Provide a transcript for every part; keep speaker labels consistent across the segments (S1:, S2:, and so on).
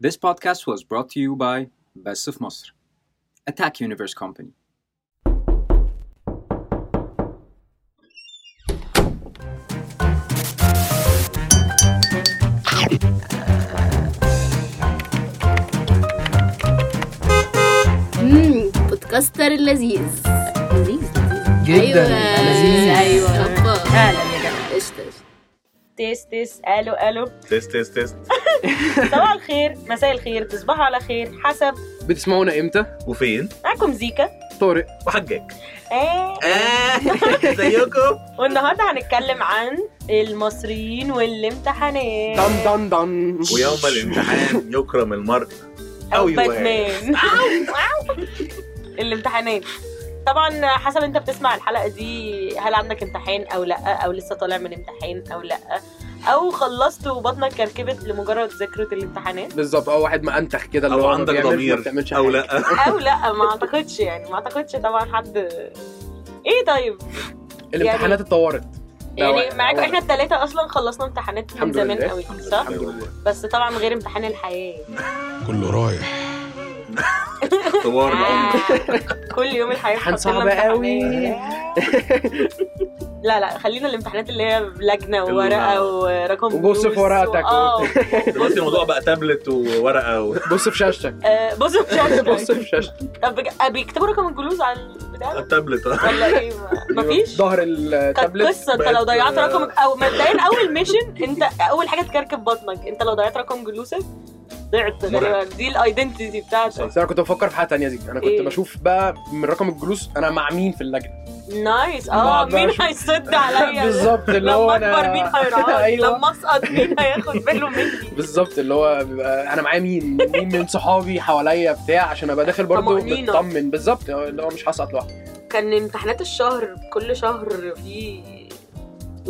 S1: This podcast was brought to you by Best of Masr, Attack Universe Company.
S2: امم بودكاستر اللذيذ
S3: لذيذ أيوة.
S2: ايوه
S3: لذيذ.
S2: ايوه أبا.
S3: فعلا يا جماعه
S2: قشطه قشطة.
S3: تيست تيست الو الو
S4: تيست تيست تيست
S3: صباح الخير مساء الخير تصبحوا على خير حسب
S5: بتسمعونا امتى؟
S4: وفين؟
S3: معاكم زيكا
S5: طارق
S4: وحجاج
S3: آه.
S4: آه زيكم
S3: والنهارده هنتكلم عن المصريين والامتحانات
S5: دن دن دن
S4: ويوم الامتحان يكرم المرء
S3: او
S4: أيوة.
S3: باتمان أو- أو. الامتحانات طبعا حسب انت بتسمع الحلقه دي هل عندك امتحان او لا او لسه طالع من امتحان او لا او خلصت وبطنك كركبت لمجرد ذكرى الامتحانات
S5: بالظبط اه واحد ما انتخ كده اللي
S4: او
S5: هو ما
S4: عندك
S5: بيعملش- ما
S4: ضمير
S5: بتعملش
S4: او
S5: حاجة.
S4: لا
S3: او لا ما اعتقدش يعني ما اعتقدش طبعا حد ايه طيب
S5: الامتحانات اتطورت ده
S3: يعني
S5: واحد.
S3: معاكم
S5: ده
S3: احنا الثلاثه اصلا خلصنا امتحانات من
S5: الحمد
S3: زمان
S5: لله.
S3: قوي
S4: الحمد
S3: صح
S5: الحمد لله
S3: بس طبعا غير امتحان الحياه
S6: كله رايح
S4: طوار العمر
S3: آه، كل يوم الحياه
S5: امتحان
S3: بتحط لنا
S5: صعب قوي
S3: امتحانات. لا لا خلينا الامتحانات اللي هي لجنه وورقه ورقم
S5: وبص في
S3: فلوس
S5: ورقتك.
S3: و- اه
S4: دلوقتي الموضوع بقى تابلت وورقه و...
S5: بص في شاشتك
S3: آه، بص في
S5: بص
S3: شاشتك
S5: في شاشتك
S3: طب بج- آه، بيكتبوا رقم الجلوس على البتاع
S4: التابلت آه.
S3: ولا ايه ما- مفيش
S5: ظهر
S3: كانت
S5: التابلت
S3: قصه انت لو
S4: بقت-
S3: ضيعت رقمك او مبدئيا اول ميشن انت اول حاجه تكركب بطنك انت لو ضيعت رقم جلوسك ضعت غالباً. دي الايدنتيتي بتاعتك
S5: بس انا كنت بفكر في حاجه تانية زي انا كنت
S3: إيه؟
S5: بشوف بقى من رقم الجلوس انا مع مين في اللجنه
S3: نايس اه
S5: بعد بقى
S3: مين
S5: أشوف.
S3: هيسد عليا
S5: بالظبط اللي هو
S3: لما اكبر مين
S5: انا
S3: هيرعاني
S5: ايوه
S3: لما اسقط مين هياخد باله مني
S5: بالظبط اللي هو بيبقى انا معايا مين مين من صحابي حواليا بتاع عشان ابقى داخل برضه
S3: طمأنينة.
S5: مطمن بالظبط اللي هو مش هسقط لوحدي
S3: كان امتحانات الشهر كل شهر في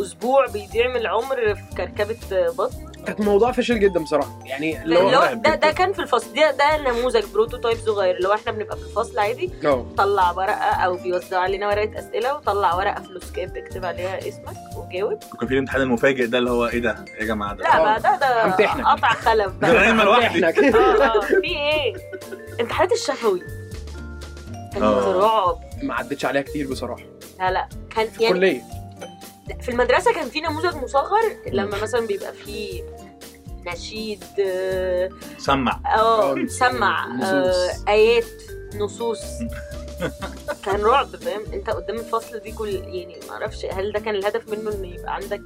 S3: اسبوع بيضيع من العمر في كركبه بطن
S5: كانت موضوع فاشل جدا بصراحه يعني اللي هو
S3: لو
S5: مرعب
S3: ده ده
S5: جداً.
S3: كان في الفصل ده ده نموذج بروتوتايب صغير لو احنا بنبقى في الفصل عادي
S5: اه
S3: طلع ورقه او بيوزعوا علينا ورقه اسئله وطلع ورقه فلوس كاب اكتب عليها اسمك وجاوب
S4: وكان في الامتحان المفاجئ ده اللي هو ايه ده يا جماعه ده
S3: لا
S4: ده
S3: بقى ده
S5: همتحنك.
S3: ده قطع خلف بقى
S4: انا دايما لوحدي
S5: احنا
S3: آه، في ايه؟ امتحانات الشفوي كان
S4: آه.
S3: رعب
S5: ما عدتش عليها كتير بصراحه
S3: لا لا كان
S5: في
S3: يعني
S5: الكليه
S3: في المدرسه كان في نموذج مصغر لما مثلا بيبقى في نشيد اه
S4: سمع
S3: آه،
S5: آه،
S3: سمع آه،
S5: نصوص.
S3: ايات نصوص كان رعب فاهم انت قدام الفصل دي كل يعني ما اعرفش هل ده كان الهدف منه ان يبقى عندك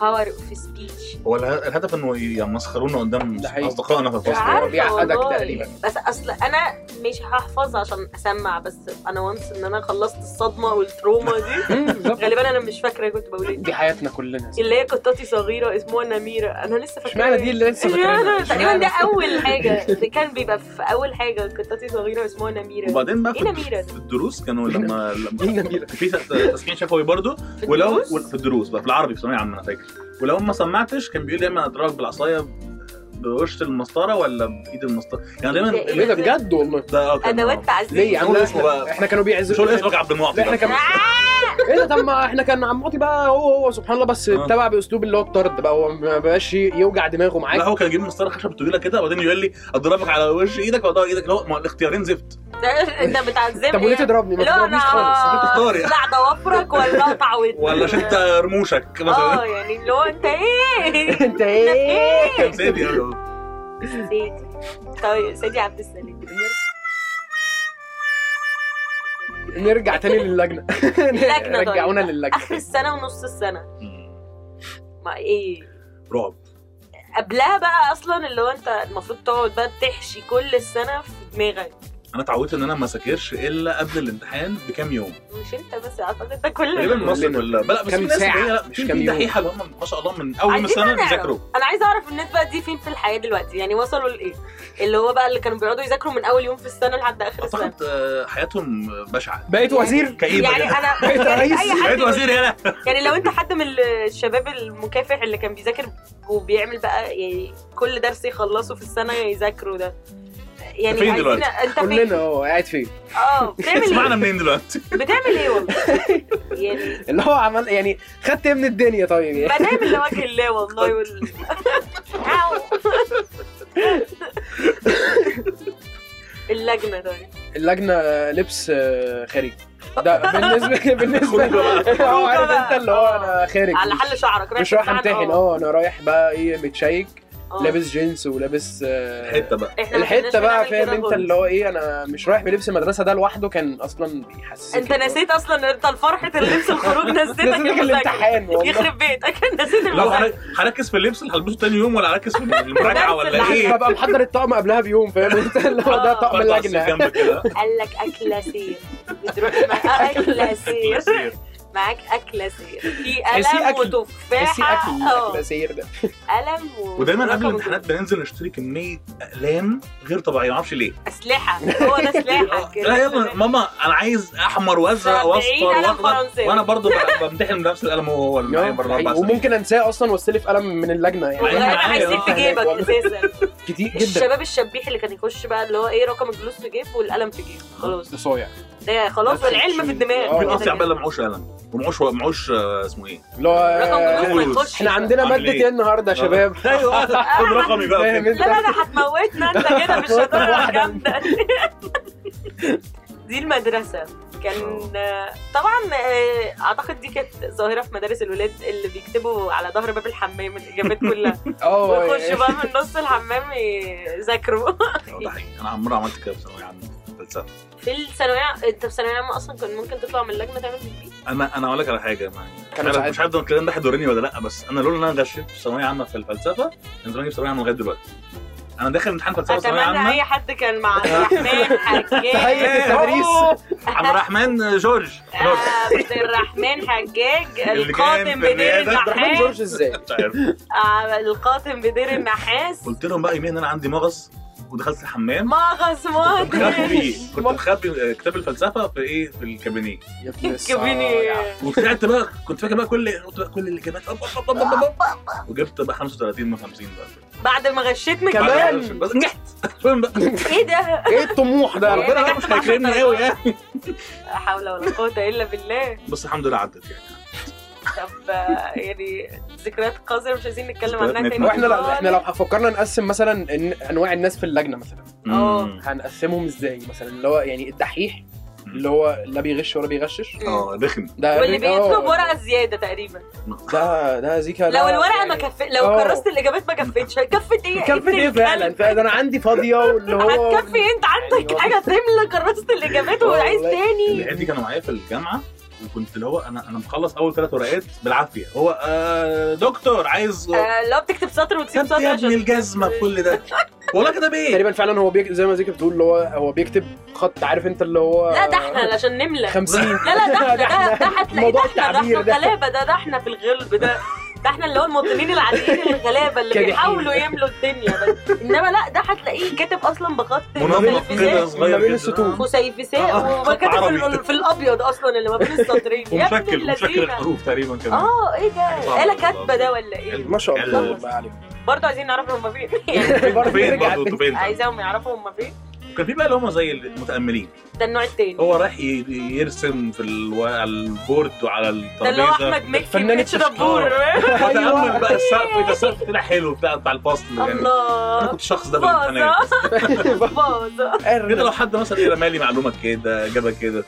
S3: باور في سبيتش
S4: هو اله- الهدف انه يمسخرونا قدام
S5: ده حقيقي.
S4: اصدقائنا في الفصل
S5: عارف.
S3: عارفه
S4: يعني.
S5: بيعقدك
S3: والله.
S5: تقريباً.
S3: بس اصل انا مش هحفظ عشان اسمع بس انا وانس ان انا خلصت الصدمه والتروما دي
S5: مم، بالظبط.
S3: غالبا انا مش فاكره كنت بقول ايه
S5: دي حياتنا كلنا
S3: اللي هي قطتي صغيره اسمها نميره انا لسه إيه. فاكره
S5: اشمعنى دي اللي لسه فاكرينها؟
S3: تقريبا ده
S5: اشمعنى؟
S3: اول حاجه ده كان بيبقى في اول حاجه قطتي صغيره اسمها نميره
S4: وبعدين بقى
S3: ايه
S4: في
S3: نميرة ده؟
S4: في الدروس كانوا لما
S5: ايه
S4: لما
S5: النميره
S4: في تسميع شفوي برضه
S3: في
S4: ولو
S3: الدروس؟
S4: في الدروس بقى في العربي في ثانويه عامه انا فاكر ولو ما سمعتش كان بيقول دايما اضربك بالعصايه بوش المسطره ولا بايد المسطره كان دايما
S3: ده إيه؟
S5: ايه ده بجد والله
S4: ده اه كان
S3: ادوات
S5: ليه
S3: تعذيب
S5: يا عم
S4: شغل
S5: ده
S4: اسمه بقى.
S5: احنا احنا كانوا
S4: مش هقول
S5: بيعزلوا
S4: اسمك عبد المعطي
S5: لا احنا
S4: بقى.
S5: كان ايه ده طب ما احنا كان عم معطي بقى هو هو سبحان الله بس
S4: آه.
S5: اتبع باسلوب اللي هو الطرد بقى هو ما بقاش يوجع دماغه
S4: لا
S5: معاك
S4: هو كان يجيب مسطره خشب طويله كده وبعدين يقول لي اضربك على وش ايدك واضرب ايدك اللي هو ما الاختيارين زفت
S3: ده- انت بتعذبني
S5: طب وليه تضربني ما
S3: يعني. لا انا
S5: تضربنيش خالص
S4: تختار يعني.
S3: لا ضوافرك ولا اقطع ودنك
S4: ولا شلت رموشك مثلا
S3: اه يعني اللي هو انت ايه
S5: انت ايه
S3: إيه.
S4: كان يعني. سادي أوي.
S3: سيدي طيب سيدي عبد السلام
S5: نرجع تاني للجنه
S3: اللجنة طيب.
S5: رجعونا
S3: اخر
S5: للجنه
S3: السنه ونص السنه ما ايه
S4: رعب
S3: قبلها بقى اصلا اللي هو انت المفروض تقعد بقى تحشي كل السنه في دماغك
S4: انا اتعودت ان انا ما ساكرش الا قبل الامتحان بكام يوم
S3: مش انت بس اعتقد انت كل
S4: تقريبا
S3: الناس.
S4: مصر
S5: كلنا.
S4: كلها لا بس
S5: كام
S4: في ناس
S5: ساعة؟
S4: اللي هي- لا
S5: مش
S4: مش
S5: كام
S4: كام
S5: يوم.
S4: دحيحه اللي هم ما شاء الله من اول ما
S3: عايزين
S4: سنه
S3: نعرف.
S4: بيذاكروا
S3: انا عايزه اعرف النسبه دي فين في الحياه دلوقتي يعني وصلوا لايه اللي هو بقى اللي كانوا بيقعدوا يذاكروا من اول يوم في السنه لحد اخر السنه
S4: اعتقد آه، حياتهم بشعه
S5: بقيت وزير
S4: كئيبه
S3: يعني
S4: كده.
S3: انا
S5: بقيت
S3: يعني
S5: رئيس.
S3: اي
S4: إيه بقيت
S3: حد
S4: وزير هنا
S3: يعني لو انت حد من الشباب المكافح اللي كان بيذاكر وبيعمل بقى يعني كل درس يخلصه في السنه يذاكره ده يعني
S4: فين
S3: عايزين-
S4: دلوقتي؟
S3: انت فين؟
S5: كلنا اهو قاعد فين
S3: اه بتعمل
S4: اسمعنا
S3: ايه؟
S4: منين دلوقتي
S3: بتعمل ايه والله؟ يعني
S5: اللي هو عمل يعني خدت ايه من الدنيا طيب يعني
S3: بنام لوجه الله والله وال... أو. اللجنه طيب
S5: اللجنه لبس آه، خارجي ده بالنسبه بالنسبه اه عارف
S3: بقى. آه.
S5: انت اللي هو انا خارج
S3: على
S5: مش-
S3: حل شعرك
S5: مش رايح
S3: تمتحن؟
S5: امتحن
S3: اه
S5: اه انا رايح بقى ايه متشيك
S3: آه.
S5: لابس جينز ولابس آه،
S4: حته بقى
S3: إحنا ما كناش
S5: الحته بقى
S3: بنعمل
S5: فاهم
S3: كده
S5: انت
S3: خالص.
S5: اللي هو ايه انا مش رايح بلبس المدرسه ده لوحده كان اصلا بيحسسك
S3: انت نسيت اصلا ان انت فرحه اللبس الخروج نسيتك
S5: نسيتك
S3: المذاكره
S5: الامتحان والله
S3: يخرب بيتك نسيت
S4: لو
S3: المذاكره
S4: هر- هركز في اللبس اللي هلبسه تاني يوم ولا هركز في المراجعه ولا ايه؟
S5: ببقى محضر الطقم قبلها بيوم فاهم انت اللي هو ده
S3: آه.
S5: طقم
S4: برضه على السيف
S5: اللجنه
S4: جنبك كده
S3: قال لك اكل سير بتروح معاه اكل سير
S4: كلاسير.
S3: معاك اكل سير في
S5: تحسيه
S3: قلم
S5: أكل. بس
S3: وتفاحه
S5: اكل
S3: اه
S5: اكل سير ده
S3: قلم و-
S4: ودايما قبل
S3: ورقم
S4: الامتحانات بننزل نشتري كميه اقلام غير طبيعيه ما اعرفش ليه
S3: اسلحه هو ده سلاحك
S4: لا يلا ماما انا عايز احمر وازرق
S3: 70
S4: واصفر
S3: قلم
S4: واخضر
S3: فرنساوي.
S4: وانا برضه ب- بمتحن بنفس القلم وهو اللي معايا بره اربع سنين
S5: وممكن انساه اصلا واستلف قلم من اللجنه يعني
S3: والله انا
S4: معايا،
S3: عايزين في
S4: آه.
S3: جيبك اساسا
S5: كتير جدا
S3: الشباب الشبيح اللي كان يخش بقى اللي هو ايه رقم الجلوس في جيب والقلم في جيب خلاص
S5: ده صايع
S3: ده خلاص
S5: بس
S3: والعلم
S5: مش-
S3: في الدماغ
S5: آه.
S4: مين اصيع بقى اللي معهوش قلم ومعهوش معهوش آه، اسمه ايه؟
S5: اللي
S3: رقم
S5: هو
S3: جلوس ما يخش
S5: احنا آه، عندنا
S4: عامل
S5: ماده
S4: إيه؟
S5: ايه النهارده يا شباب
S4: ايوه خد رقمي بقى
S5: فاهم
S4: وكده.
S5: انت
S3: لا لا لا هتموتنا انت كده مش هتعرف
S5: واحدة.
S3: جامدة دي المدرسة كان طبعا آه، اعتقد دي كانت ظاهرة في مدارس الولاد اللي بيكتبوا على ظهر باب الحمام الاجابات كلها
S5: اه
S3: ويخشوا بقى من نص الحمام يذاكروا
S4: أيوة، ده حقيقي انا عمري ما عملت كده في ثانويه عامه فلسفه
S3: في الثانويه انت في ثانويه عامه اصلا كان ممكن تطلع من اللجنه تعمل بيبي
S4: انا انا اقول لك على حاجه ما
S5: كانوا
S4: أنا
S5: ساعات-
S4: مش عارف ده الكلام ده هيضرني ولا لا بس انا لولا ان انا غشيت في ثانويه عامه في الفلسفه كان زماني في ثانويه عامه لغايه دلوقتي انا داخل امتحان فلسفه ثانويه
S3: اتمنى
S4: عامه
S3: اي حد كان مع عبد الرحمن
S5: تهيئة
S3: حجاج
S5: التدريس.
S3: أوه.
S4: عبد الرحمن جورج جورج
S3: عبد آه، الرحمن حجاج
S4: اللي كان في
S3: القاتم بدير
S4: الرياضة. عبد
S5: الرحمن
S3: النحاس
S5: جورج ازاي
S4: مش عارف
S3: آه، القاتم بدير النحاس
S4: قلت لهم بقى يوميها ان انا عندي مغص ودخلت الحمام
S3: مغص
S4: كنت مخبي
S3: مغص
S4: كنت مخبي كتاب الفلسفه في ايه في الكابينيه
S5: يا ابن
S3: كبيني
S5: الصايع.
S4: وطلعت بقى كنت فاكر بقى كل قلت بقى كل الاجابات أب- أب- أب- أب- أب. وجبت بقى 35 من 50 بقى
S3: بعد ما غشيتنا
S5: كمان.
S3: كده.
S4: بس نجحت فاهم بقى
S3: ايه ده
S5: ايه الطموح ده
S3: إيه،
S4: ربنا بقى مش هيكرمني قوي يعني
S3: لا حول ولا قوه الا بالله
S4: بس الحمد لله عدت يعني
S3: طب آه، يعني ذكريات قذره مش عايزين نتكلم
S4: ذكريات
S3: عنها تاني
S4: ندمان.
S5: واحنا لا احنا لو فكرنا نقسم مثلا إن- انواع الناس في اللجنه مثلا
S3: آه.
S4: مم.
S5: هنقسمهم ازاي مثلا اللي هو يعني الدحيح اللي هو لا بيغش ولا بيغشش
S4: اه دخن
S5: ده
S3: واللي
S5: آه،
S3: بيطلب ورقه زياده تقريبا
S5: ده ده زيكا
S3: لو الورقه ما كفت لو
S5: آه.
S3: كرست الاجابات ما كفتش كفت ايه
S5: كفت ايه فعلا فعلا انا عندي فاضيه واللي هو
S3: هتكفي إيه؟ انت عندك
S5: أيوة.
S3: حاجه تملى كرست الاجابات
S5: آه،
S3: وعايز
S5: والله.
S3: تاني
S4: العيال دي كانوا معايا في الجامعه وكنت اللي هو انا انا مخلص اول ثلاث ورقات بالعافيه هو آه دكتور عايز
S3: آه، لو بتكتب سطر وتسيب
S4: كتبت
S3: سطر
S4: يا ابني
S3: عشان
S4: الجزمه في كل ده والله إيه؟ كده بايه
S5: تقريبا فعلا هو بيك... زي ما زيكا بتقول اللي هو هو بيكتب خط عارف انت اللي هو
S3: لا ده احنا عشان نملى
S5: 50
S3: لا لا ده احنا ده ده هتلاقي ده
S5: موضوع
S3: احنا ده احنا
S5: التعبير ده.
S3: غلابه ده ده احنا في الغلب ده ده احنا اللي هو المواطنين العاديين الغلابه اللي
S5: كادحين.
S3: بيحاولوا يملوا الدنيا بس انما لا ده هتلاقيه كاتب اصلا بخط
S4: منمق
S3: مسيفساء-
S4: كده صغير
S5: ما بين
S4: كده.
S5: السطور.
S4: آه،
S3: مسيفساء
S4: خط
S3: وكاتب في
S4: عربي.
S3: ال- في الابيض اصلا اللي ما بين السطرين يا ابن
S4: ومشكل مشكل
S3: اللذينه
S4: الحروف تقريبا كمان
S3: اه ايه ده
S4: صعبة
S3: آلة
S4: والله.
S3: كاتبة ده ولا ايه؟
S5: ما شاء الله
S4: ال-
S5: الله عليك
S3: برضه عايزين نعرف هما فين يعني
S5: برضه
S4: فين
S5: رجع
S4: برضه انتوا
S5: تاني.
S4: فين
S3: عايزاهم يعرفوا هما فين
S4: كان في بقى اللي هم زي المتاملين
S3: ده النوع التاني
S4: هو رايح ي- يرسم في الو... على البورد وعلى
S3: ده اللي هو
S4: الترابيزه
S3: احمد مكي
S5: الفنان
S3: مكتش دبور
S4: وتامل
S5: أيوة.
S4: بقى السقف ده السقف طلع حلو بتاع بتاع الفصل يعني انا
S3: الله
S4: كنت الشخص ده في الامتحانات
S3: باظة باظة
S4: كده لو حد مثلا إيه رمالي معلومه كده جابها كده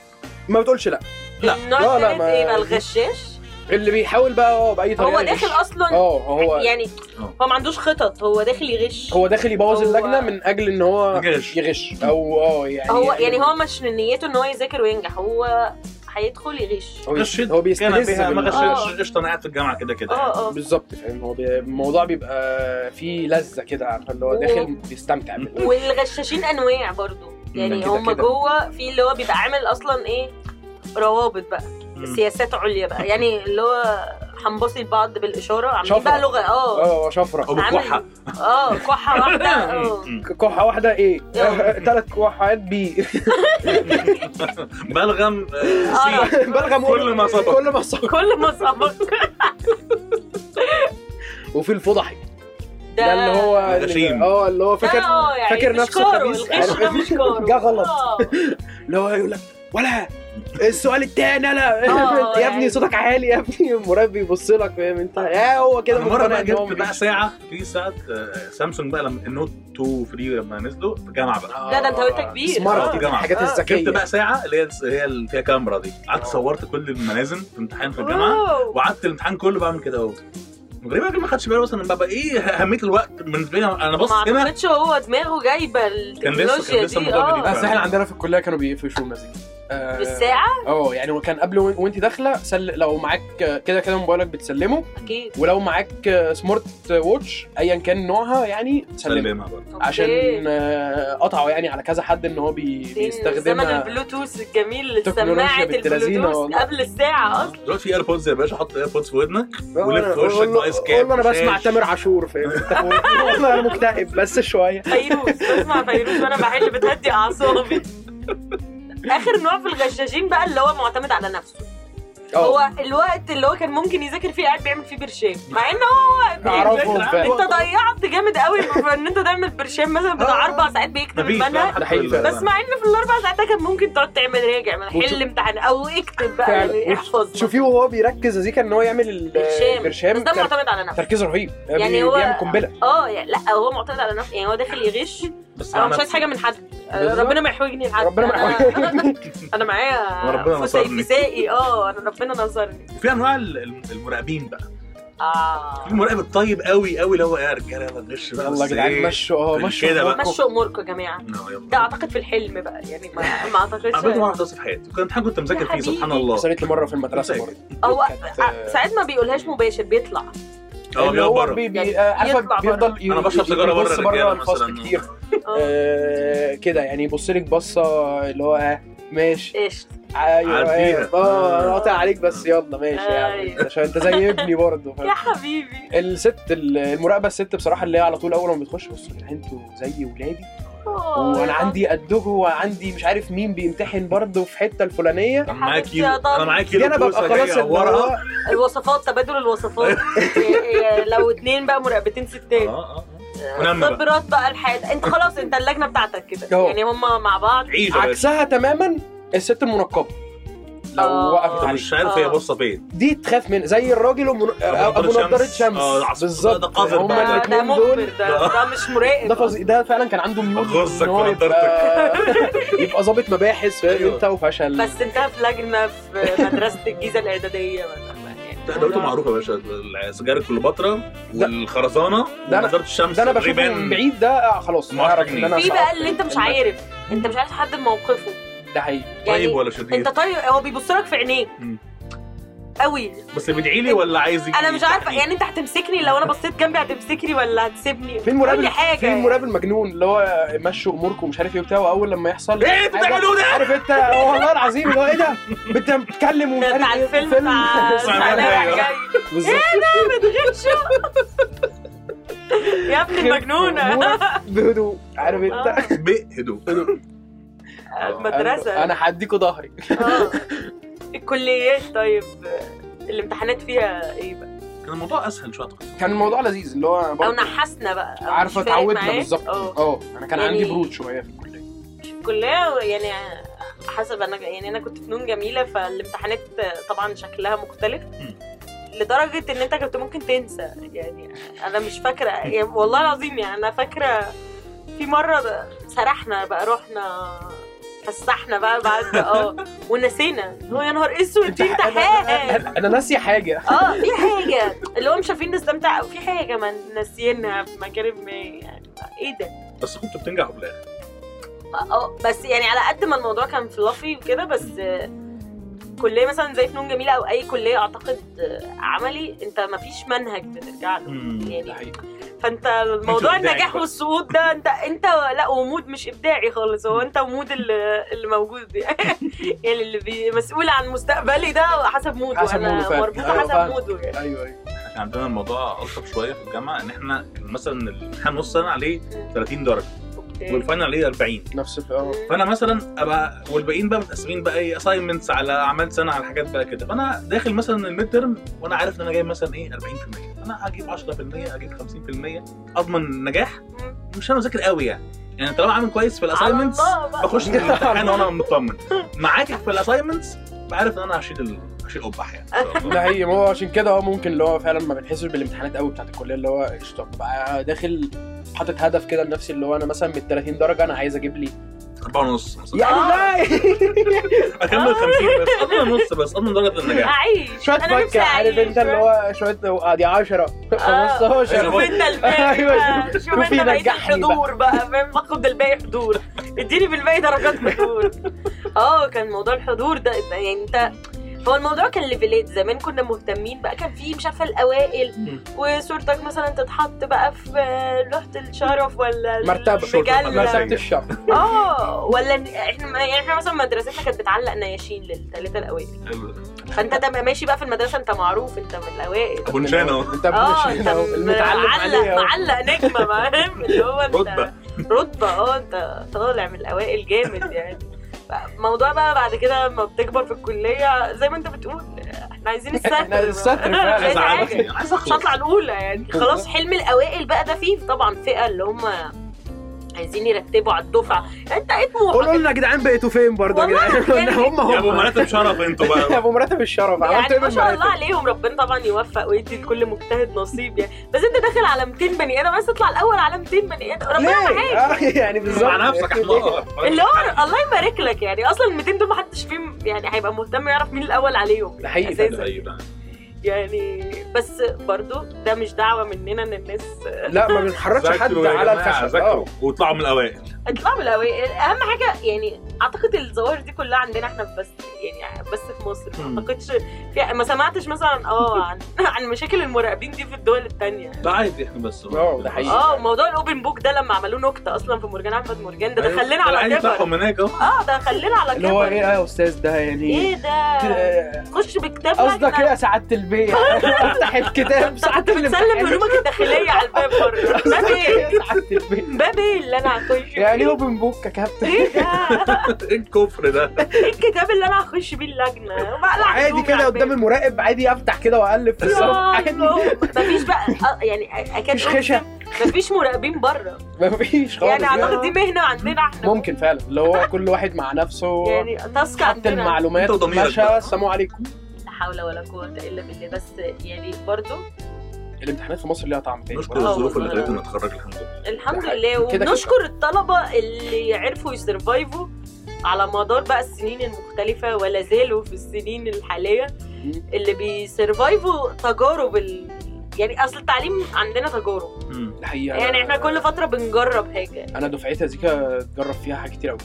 S5: ما بتقولش لا
S3: النوع
S5: لا، لا،
S3: التالت
S5: ما-
S3: ايه بقى الغشاش
S5: اللي بيحاول بقى هو باي طريقه
S3: هو
S5: يغش.
S3: داخل اصلا
S5: اه هو
S3: يعني
S4: آه.
S3: هو ما عندوش خطط هو داخل يغش
S5: هو داخل يبوظ
S3: هو-
S5: اللجنه من اجل ان هو
S4: غش
S5: يغش او اه يعني
S3: هو يعني هو مش من نيته ان هو يذاكر وينجح هو هيدخل يغش
S5: هو بيست-
S4: غشيت
S5: هو
S4: كان
S5: بيستلذ
S4: بيها ما
S5: بال-
S3: آه.
S4: غشش قشطه انا قاعد في الجامعه كده كده يعني.
S3: اه اه
S5: بالظبط فاهم هو بي... الموضوع بيبقى فيه لذه كده عارفه اللي هو
S3: و-
S5: داخل بيستمتع بال-
S3: والغشاشين انواع برضو يعني
S5: كده
S3: هم
S5: كده.
S3: جوه في اللي هو بيبقى عامل اصلا ايه روابط بقى
S4: مم.
S3: سياسات عليا بقى يعني اللي هو هنبصي لبعض بالاشاره عاملين
S5: شفرة.
S3: بقى لغه اه
S5: اه شفره
S4: او بكحه
S3: عامل اه كحه واحده اه
S5: كحه واحده ايه ثلاث كحات بي
S4: بلغم آه،
S3: آه.
S4: سين.
S5: بلغم
S4: كل ما سبق.
S5: كل ما سبق
S3: كل ما صبت
S5: وفي الفضحي ده
S3: ده
S5: اللي هو اللي-
S4: غشيم.
S5: اه اللي هو فاكر
S3: اه يعني
S5: فاكر
S3: مش
S5: نفسه
S3: كارو
S5: خبيث.
S3: الغش ده مش كارو
S5: جه غلط.
S3: آه.
S5: اللي هو يقول لك ولا السؤال التاني انا
S3: آه،
S5: يا
S3: يعني.
S5: ابني صوتك عالي يا ابني المراقب بيبص لك فاهم انت اه هو كده
S4: انا مره
S5: مقتنع
S4: بقى
S5: إن هو
S4: جبت بقى
S5: مفيش.
S4: ساعه في ساعه آه، سامسونج بقى لما النوت 2 3 لما نزلوا في الجامعه بقى
S5: آه،
S3: لا، ده أنت قلت كبير.
S5: سمارت
S4: آه.
S5: دي الحاجات
S3: آه.
S4: جبت
S5: الذكيه
S4: بقى ساعه اللي هي هي اللي فيها كاميرا دي
S5: آه.
S4: قعدت صورت كل المنازل في امتحان في الجامعه
S3: أوه.
S4: وقعدت الامتحان كله بعمل كده اهو غريبة الراجل ما خدش باله اصلا بقى ايه اهميه الوقت بالنسبه لي انا بص
S3: ما
S4: هنا
S3: اعتقدش هو دماغه جايبه التكنولوجيا
S4: لسه
S3: دي
S4: الموضوع
S5: بس
S4: جديد.
S3: اه
S5: احنا عندنا في الكليه كانوا بيقفشوا المزيكا آه،
S3: بالساعه
S5: اه يعني هو كان قبل وإن- وانت داخله سل... لو معاك آه، كده كده موبايلك بتسلمه
S3: اكيد
S5: ولو معاك آه، سمارت ووتش ايا كان نوعها يعني تسلمه
S4: سلمها بقى
S3: أوكي.
S5: عشان آه، قطعوا يعني على كذا حد ان هو بي...
S3: فين زمن
S5: بيستخدمها
S3: البلوتوث الجميل
S5: تكنولوجيا
S3: سماعه
S5: بنت لذينة
S3: البلوتوث
S5: والله.
S3: قبل الساعه اصلا
S4: دلوقتي في ايربودز يا باشا حط ايربودز في ودنك ولف
S5: أنا-
S4: وشك
S5: قول له-
S4: بآيس كاب
S5: قول له انا بسمع
S4: وشاش.
S5: تامر عاشور فاهم أنت؟ والله انا مكتئب بس شويه
S3: فيروز بسمع فيروز وانا بحل بتهدي اعصابي اخر نوع في الغشاشين بقى اللي هو معتمد على نفسه
S5: أه،
S3: هو الوقت اللي هو كان ممكن يذاكر فيه قاعد بيعمل فيه برشام مع ان هو
S5: اعرفهم فاهم
S3: انت ضيعت جامد قوي في ان انت تعمل برشام مثلا
S5: آه.
S3: بتاع اربع ساعات بيكتب
S4: مفيش بقى
S3: المنهج
S4: حد
S5: ده حقيقي
S4: يقول له
S5: فعلا.
S3: بس مع ان في الاربع ساعات ده كان ممكن تقعد تعمل راجع من
S5: وتش-
S3: حل امتحان او اكتب بقى
S5: فعلا.
S3: يعني
S5: وتش- آه،
S3: احفظ
S5: شوفيه وهو بيركز زيكا ان هو يعمل ال-
S3: برشام بس
S5: البرشام
S3: ده
S5: تر-
S3: معتمد على نفسه
S5: تركيز رهيب
S3: يعني
S5: بي-
S3: هو-
S5: بيعمل قنبله
S3: اه يعني لا هو معتمد على نفسه يعني هو داخل يغش
S4: بس
S3: انا مش
S4: أنا-
S3: عايز حاجه من حد
S5: بالظبط.
S3: ربنا ما يحوجني لحد
S5: ربنا ما
S3: أنا- انا معايا
S4: ربنا
S3: فسي
S4: نصرني.
S3: فسائي اه انا ربنا نصرني
S4: في انواع ال- ال- المراقبين بقى في
S3: اه
S4: المراقب الطيب قوي قوي اللي هو إيه، يا رجاله يلا نغش بقى
S5: يلا يا
S4: بس
S5: جدعان
S4: إيه.
S5: مشوا اه
S4: في
S5: مشوا
S4: كده بقى.
S5: أموركم.
S3: مشوا اموركم يا جماعه
S4: آه، يلا.
S3: ده اعتقد في الحلم بقى يعني ما, ما اعتقدش
S4: عملت مره واحده بس في حياتي كنت امتحان كنت مذاكر
S3: يا
S4: فيه سبحان
S3: حبيبي.
S4: الله
S5: حصلت لي مره في المدرسه برضه
S3: هو
S5: كانت-
S3: ع- ساعات ما بيقولهاش مباشر بيطلع
S4: اه
S5: اللي هو
S4: بيقعد بره
S5: بي- بي-
S3: يعني
S5: آه، عارفة
S3: يطلع
S5: بيفضل ي-
S4: انا بشرب
S5: ي-
S4: سيجاره بره
S5: يبص بره
S4: الرجاله
S5: الفصل
S4: مثلا
S5: كتير
S3: اه
S5: آه، كده يعني يبص لك بصه اللي هو آه، ماشي
S3: ايش
S5: ايوه
S4: عارفينها.
S5: آه، اه قاطع عليك بس يلا ماشي يعني
S3: أيوة.
S5: عشان انت زي ابني برضه
S3: يا
S5: فاهم؟
S3: حبيبي
S5: الست المراقبه الست بصراحه اللي هي على طول اول ما بتخش بص يا جدعان، انتوا زي ولادي
S3: آه،
S5: وانا
S3: يا
S5: عندي قدكم وعندي مش عارف مين بيمتحن برضه في حته الفلانيه
S4: كان معايا
S3: حبيبتي يا
S4: كيلو
S3: ضبي.
S4: انا معايا
S5: دي
S4: كيلو
S5: انا ببقى
S4: كوسة جاي
S5: خلاص ان
S4: اورها
S5: هو
S3: الوصفات تبادل الوصفات يعني لو اتنين بقى مراقبتين ستات
S4: اه اه آه.
S5: إيه. نعم.
S4: ونم بقى.
S3: خبرات بقى الحياه انت خلاص انت اللجنه بتاعتك كده
S5: أهو.
S3: يعني هما مع بعض
S5: إيه،
S4: عيش يا باشا
S5: عكسها تماما الست المنقبه لو
S3: آه.
S5: وقفت
S4: انت
S5: عليك
S4: مش عارف هي
S3: آه.
S4: بصه فين
S5: دي تخاف من زي الراجل ومن... ابو نضاره شمس
S4: آه، العصفور ده
S5: بالظبط
S4: قذر
S5: هما
S3: ده
S4: بقى.
S3: ده
S5: الاثنين
S3: مخبر
S5: دول
S3: ده ده مش مراقب
S5: ده فظيع ده فعلا كان عنده ميول
S4: أغزك
S5: إن هو
S4: في
S5: يبقى يبقى ظابط مباحث فاهم
S4: أيوة.
S5: انت وفشل
S3: بس انتهى في لجنه في مدرسه الجيزه الاعداديه مثلا يعني.
S4: ده دولته معروفه يا باشا سجاير كليوباترا والخرزانه
S5: ده أنا-
S4: ونضاره الشمس
S5: ده انا بشوفه
S4: الريبان.
S5: من بعيد ده آه، خلاص
S4: معرفش
S5: أعرف إن
S4: جنيه.
S5: أنا
S3: في
S5: صعب
S3: بقى اللي انت مش عارف انت مش عارف حد موقفه
S5: ده حقيقي
S4: طيب
S3: يعني
S4: ولا شرير
S3: انت طيب هو بيبص لك في عينيك
S4: مم.
S3: قوي
S4: بس بيدعي لي ولا عايز يجي
S3: انا مش عارفه
S4: تحقيق؟
S3: يعني انت هتمسكني لو انا بصيت جنبي هتمسكني ولا هتسيبني
S5: في المراب
S3: كل حاجه
S5: في المراب المجنون اللي هو مشوا اموركم ومش عارف ايه وبتاع واول لما يحصل
S4: ايه انتوا
S5: حاجة-
S4: بتعملوه ده؟
S5: عارف انت هو والله العظيم اللي هو ايه ده انت بتتكلم ومش
S3: بتاع
S5: عارف ايه
S3: الفيلم
S5: فيلم.
S3: بتاع إيه
S4: سعيد
S3: رايح
S4: رايح
S3: جاي
S5: بالظبط
S3: بتغشوا يا ابني مجنونه
S5: أمورك بهدوء عارف انت
S3: آه،
S4: بهدوء
S3: المدرسه
S5: انا هديكوا ظهري
S3: آه. الكليات طيب الامتحانات فيها ايه بقى؟
S4: كان الموضوع اسهل شويه أعتقد.
S5: كان الموضوع لذيذ اللي هو
S3: او
S5: برضه
S3: نحسنا بقى أو
S5: عارفه
S3: مش فارق
S5: اتعودنا
S3: معاك.
S5: بالظبط
S3: اه
S5: اه انا كان
S3: يعني-
S5: عندي برود شويه في الكليه
S3: الكليه يعني حسب انا يعني انا كنت فنون جميله فالامتحانات طبعا شكلها مختلف لدرجه ان انت كنت ممكن تنسى يعني انا مش فاكره يعني والله العظيم يعني انا فاكره في مره سرحنا بقى رحنا فسحنا بقى بعد اه ونسينا هو يا نهار اسود في
S5: أنا- أنا-
S3: امتحان
S5: انا أنا ناسي حاجه
S3: اه في حاجه اللي هو مش عارفين نستمتع أو في حاجه ما ناسيينها في مكان ما يعني ايه ده
S4: بس كنت بتنجح في الاخر
S3: اه بس يعني على قد ما الموضوع كان فلافي وكده بس آه، كليه مثلا زي فنون جميله او اي كليه اعتقد آه، عملي انت ما فيش منهج بترجع له
S5: ده
S3: يعني
S5: حقيقي.
S3: فانت الموضوع
S4: إبداعي
S3: النجاح
S4: بقى.
S3: والسقوط ده انت انت لا ومود مش ابداعي خالص هو انت ومود اللي, اللي موجود يعني اللي بي- مسؤول عن مستقبلي ده حسب موده
S5: حسب موده
S3: انا
S5: فعلا.
S3: مربوطه
S5: أيوة
S3: حسب
S5: فعلا.
S3: موده يعني
S5: ايوه ايوه
S4: احنا عندنا الموضوع الطف شويه في الجامعه ان احنا كان مثلا الامتحان نص سنه عليه 30 درجه
S3: اوكي
S4: والفاينل عليه 40
S5: نفس الف- اه
S4: فانا مثلا ابقى والباقيين بقى متقسمين بقى ايه اساينمنتس على اعمال سنه على حاجات بقى كده فانا داخل مثلا الميد ترم وانا عارف ان انا جايب مثلا ايه 40% انا هجيب 10% هجيب 50% اضمن النجاح
S3: مم.
S4: مش انا مذاكر قوي يعني يعني طالما عامل كويس في الاساينمنتس
S3: على الله بقى.
S4: بخش الامتحان وانا مطمن معاك في الاساينمنتس بعرف ان انا هشيل ال... هشيل قبح يعني
S5: ده هي ما هو عشان كده اه ممكن اللي هو فعلا ما بنحسش بالامتحانات قوي بتاعت الكليه اللي هو قشطه ببقى داخل حاطط هدف كده لنفسي اللي هو انا مثلا من 30 درجه انا عايز اجيب لي
S4: أربعة ونص مثلا
S5: يعني لا
S4: أكمل 50 بس أضمن نص بس أضمن درجة النجاح
S3: اعيش
S5: شويه
S3: أنا نفسي
S5: فكه عارف
S3: أعيش.
S5: انت اللي هو شويه آه، دي 10
S3: آه. شوف
S5: 15
S3: انت الباقي
S5: أيوة،
S3: بقى.
S5: شوف-
S3: شوف
S5: شوف
S3: انت بقيت
S5: ينجحني
S3: الحضور بقى فاهم باخد الباقي حضور اديني بالباقي درجات حضور اه كان موضوع الحضور ده يعني انت هو الموضوع كان ليفلات زمان كنا مهتمين بقى كان في مش عارفه الاوائل
S4: مم.
S3: وصورتك مثلا تتحط بقى في لوحه الشرف ولا
S5: مرتبة.
S4: مرتبة.
S3: المجله
S5: مسكت الشهر
S3: اه ولا إن احنا يعني احنا مثلا مدرستنا كانت بتعلق نياشين للثلاثه الاوائل فانت تبقى ماشي بقى في المدرسه انت معروف انت من الاوائل
S4: أبو نشان أهو
S5: انت
S3: اه
S5: مش
S3: انت
S5: المتعلم
S3: معلق
S5: عليها
S3: معلق نجمه فاهم اللي هو انت
S4: رتبة.
S3: رتبه اه انت طالع من الاوائل جامد يعني موضوع بقى بعد كده لما بتكبر في الكليه زي ما انت بتقول احنا عايزين الستر
S5: احنا الستر فعلا.
S3: مش عايز حاجه
S4: زعلتني عايز
S3: مش
S4: أخلص
S3: هطلع الاولى يعني خلاص حلم الاوائل بقى ده فيه طبعا فئه اللي هم عايزين يرتبوا على الدفعه انت ايه
S5: قولوا
S3: طموحك
S5: لنا يا جدعان بقيتوا فين برضه يا
S3: والله
S5: جدعان
S3: يعني-
S5: هم
S4: يا أبو
S5: هم
S4: مراتب شرف أنتوا
S5: يا
S4: بقى
S5: ابو مرتب الشرف عملت
S3: يعني
S5: ايه
S3: ما شاء الله
S5: بالمراتب؟
S3: عليهم ربنا طبعا يوفق ويدي لكل مجتهد نصيب يعني بس انت داخل على 200 بني ادم عايز تطلع الاول على 200 بني ادم ربنا معاك
S5: ليه؟ آه، يعني بالظبط
S4: مع نفسك حمار
S3: اللي هو الله يبارك لك يعني اصلا ال 200 دول محدش فيهم يعني هيبقى مهتم يعرف مين الاول عليهم
S5: ده حقيقي
S3: أساساً.
S5: فعلا.
S4: أيوة.
S3: يعني بس برضو ده مش دعوه مننا ان الناس
S5: لا ما بنحركش حد
S4: ذاكروا يا
S5: على
S4: جماعة،
S5: الفشل
S4: ذاكروا
S5: اه
S4: واطلعوا من الأوائل
S3: اطلعوا من الاوائل اهم حاجه يعني اعتقد الظواهر دي كلها عندنا احنا في بس يعني بس في مصر
S4: مم.
S3: ما اعتقدش في ما سمعتش مثلا اه عن عن مشاكل المراقبين دي في الدول التانية
S4: ده عادي إحنا بس
S5: آه، ده حقيقي.
S3: اه موضوع الاوبن بوك ده لما عملوه نكته اصلا في مرجان احمد مرجان
S5: أيوه،
S3: ده
S4: أيوة.
S3: دخلنا
S4: العيال
S3: على كبر
S4: بتاعهم هناك آه. أهو
S3: اه ده خلينا على
S5: اللي هو ايه
S3: كبر
S5: يا استاذ ده يعني
S3: ايه ده
S5: آه،
S3: خش بكتاب
S5: قصدك ايه يا سعاده البيع افتح الكتاب سعاده
S3: تسلم
S5: الامتحان.
S3: هدومك الداخليه على الباب بره باب
S5: قصدك ايه
S3: ايه
S5: يا سعاده البيع
S3: باب ايه اللي انا هخش بيه؟
S5: يعني اوبن بوك يا كابتن
S3: ايه ده؟
S4: إيه الكفر ده
S3: ايه الكتاب اللي انا هخش بيه اللجنه؟ بقلع
S5: عادي
S3: هدومي
S5: كده
S3: على
S5: قدام
S3: الباب.
S5: المراقب عادي افتح كده واقلب في الصف
S3: يا
S5: عادي
S3: الله. مفيش بقى آه، يعني اكاد
S5: مفيش
S3: أقول
S5: خشب.
S3: مفيش مراقبين بره
S5: مفيش خالص
S3: يعني اعتقد دي مهنه عندنا احنا
S5: ممكن فعلا اللي هو كل واحد مع نفسه
S3: يعني تاسك
S5: حتى
S3: عندنا
S5: المعلومات
S4: أنت وضميرك
S5: ماشي
S4: بقى.
S5: السلام عليكم
S3: لا حول ولا قوه الا بالله بس يعني برضو
S5: الامتحانات في مصر ليها طعم تاني
S4: نشكر
S5: برضه.
S3: آه،
S4: الظروف اللي
S3: والله.
S4: خلتنا نتخرج الحمد لله
S3: الحمد
S5: ده حقيقي.
S3: لله
S5: كده كده.
S3: وبنشكر الطلبه اللي عرفوا يسرفايفوا على مدار بقى السنين المختلفة ولا زالوا في السنين الحالية اللي بيسرفايفوا تجارب ال... يعني اصل التعليم عندنا تجارب
S4: مم.
S5: الحقيقه
S3: يعني احنا كل فترة بنجرب حاجة
S5: انا دفعتها زيكا اتجرب فيها حاجات كتير قوي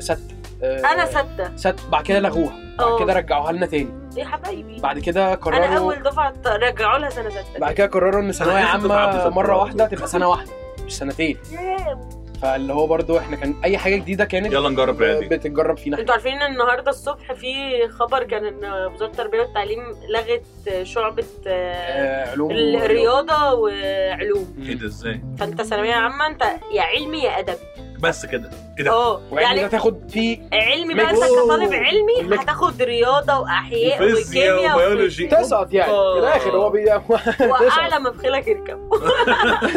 S5: ست آه،
S3: انا ستة
S5: ست بعد كده لغوها
S3: اه.
S5: بعد كده رجعوها لنا تاني
S3: يا حبايبي
S5: بعد كده
S3: انا
S5: قرروا
S3: اول دفعة رجعوا لها سنة ستة
S5: بعد كده قرروا ان ثانويه
S4: أنا لسه دفعت
S5: عامه
S4: دفعت
S5: مره
S4: دفعت.
S5: واحده تبقى سنه واحده مش سنتين
S3: ياه.
S5: فاللي هو برضو احنا كان اي حاجه جديده كانت
S4: يلا نجرب عادي
S5: بتتجرب فينا
S3: انتوا عارفين ان النهارده الصبح في خبر كان ان وزاره التربيه والتعليم لغت شعبه آه،
S5: آه، علوم
S3: الرياضه وعلوم
S4: ايه ده ازاي؟
S3: فانت ثانويه عامه انت يا علمي يا ادبي
S4: بس كده ايه ده؟
S3: اه
S5: يعني
S3: يعني
S5: هتاخد فيه
S3: علمي بقى انت
S5: ميكس.
S3: كطالب علمي
S5: ميكس.
S3: هتاخد رياضه واحياء
S4: وفيزياء
S3: وكيمياء
S4: وبيولوجي.
S5: تسقط يعني
S3: أوبا.
S5: في الاخر هو بي
S3: واعلى ما بخيلك اركب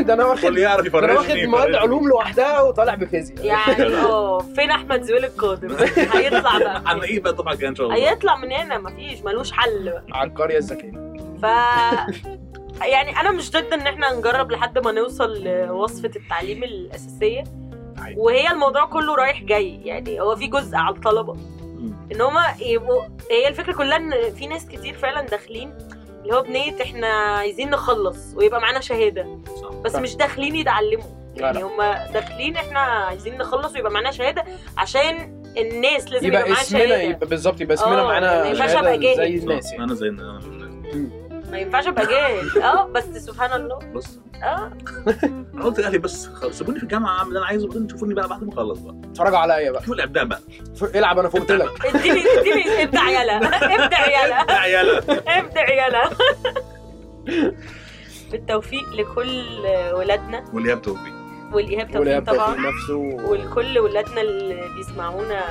S5: ده انا واخد
S4: واللي
S5: ده
S4: يعرف يفرشني
S5: انا واخد مواد
S4: يفرشني.
S5: علوم لوحدها وطالع بفيزياء
S3: يعني اه فين احمد زويل القادم هيطلع بقى
S4: عن
S3: منين؟
S4: ايه بقى طبعا كده ان شاء الله
S3: هيطلع من هنا مفيش ملوش حل بقى
S5: على القريه الذكيه
S3: ف يعني انا مش ضد ان احنا نجرب لحد ما نوصل لوصفه التعليم الاساسيه
S4: عادي.
S3: وهي الموضوع كله رايح جاي يعني هو في جزء على الطلبه
S4: مم.
S3: ان هما يبقوا هي الفكره كلها ان في ناس كتير فعلا داخلين اللي هو بنيه احنا عايزين نخلص ويبقى معانا شهاده
S4: صح.
S3: بس
S5: صح.
S3: مش داخلين يتعلموا
S5: لا،
S3: يعني هما داخلين احنا عايزين نخلص ويبقى معانا شهاده عشان الناس لازم يبقى,
S5: يبقى
S3: معاها
S5: اسمنا
S3: شهاده
S5: يبقى بالظبط يبقى اسمنا
S3: اه، ما
S5: معانا
S3: ينفعش
S5: شهادة
S3: أبقى جاهل.
S5: زي الناس
S4: صح،
S5: يعني
S4: انا زي انا أنا-
S3: ما ينفعش ابقى جاهل اه بس سبحان الله
S4: بص
S3: اه
S4: انا قلت لاهلي بس خلاص، سيبوني في الجامعه اعمل اللي انا عايزه وبعدين شوفوني بقى بعد ما اخلص بقى
S5: اتفرجوا عليا بقى
S4: شوفوا الابداع بقى
S5: ف- العب انا فوقت لك
S3: اديني اديني ابدع يلا ابدع يلا
S4: يا عيالا
S3: ابدع يلا بالتوفيق لكل ولادنا
S4: والاياب توفيق
S3: والايهاب
S5: ولا يبقى
S3: توفيق طبعا
S5: في نفسه و-
S3: ولكل ولادنا اللي بيسمعونا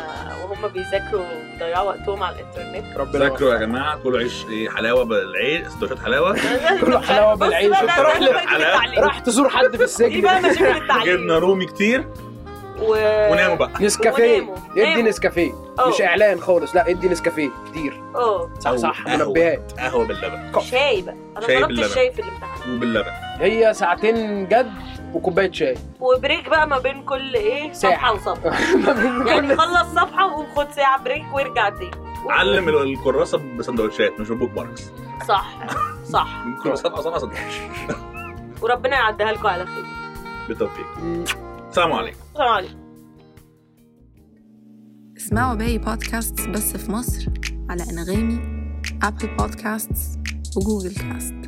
S3: وهم بيذاكروا وبيضيعوا وقتهم على الانترنت
S5: ربنا يوفقه.
S4: ذاكروا يا جماعه كلوا عيش إيه، حلاوه بالعيش سندوتشات حلاوه
S5: كله حلاوة بالعيش.
S3: بص بقى ده- ده
S4: تروح
S3: مشاكل
S4: للحلاوة.
S3: التعليم.
S5: راح تزور حد في
S3: دي
S5: السجن
S3: بقى مشاكل
S4: جبنه
S3: التعليم
S4: رومي كتير
S3: و...
S4: وناموا بقى
S5: نسكافيه
S3: وناموا.
S5: ادي
S3: ناموا.
S5: نسكافيه مش
S3: اه
S5: اعلان خالص لا ادي نسكافيه كتير
S3: اه
S5: صح
S4: أو
S5: صح
S4: قهوة.
S5: منبهات
S4: قهوه باللبن
S3: شاي بقى انا
S4: شاي
S3: طلبت
S4: باللبن.
S3: الشاي في الامتحان
S4: وباللبن
S5: هي ساعتين جد وكوبايه شاي
S3: وبريك بقى ما بين كل ايه
S5: ساعة.
S3: صفحه وصفحه يعني خلص صفحه وقوم خد ساعه بريك وارجع تاني
S4: علم ال- الكراسه بسندوتشات مش بوك ماركس
S3: صح صح
S4: الكراسات اصلا سندوتش
S3: وربنا يعديها لكم على خير
S4: بالتوفيق السلام عليكم
S3: السلام عليكم
S6: اسمعوا باقي بودكاستس بس في مصر على انغامي ابل بودكاستس وجوجل كاست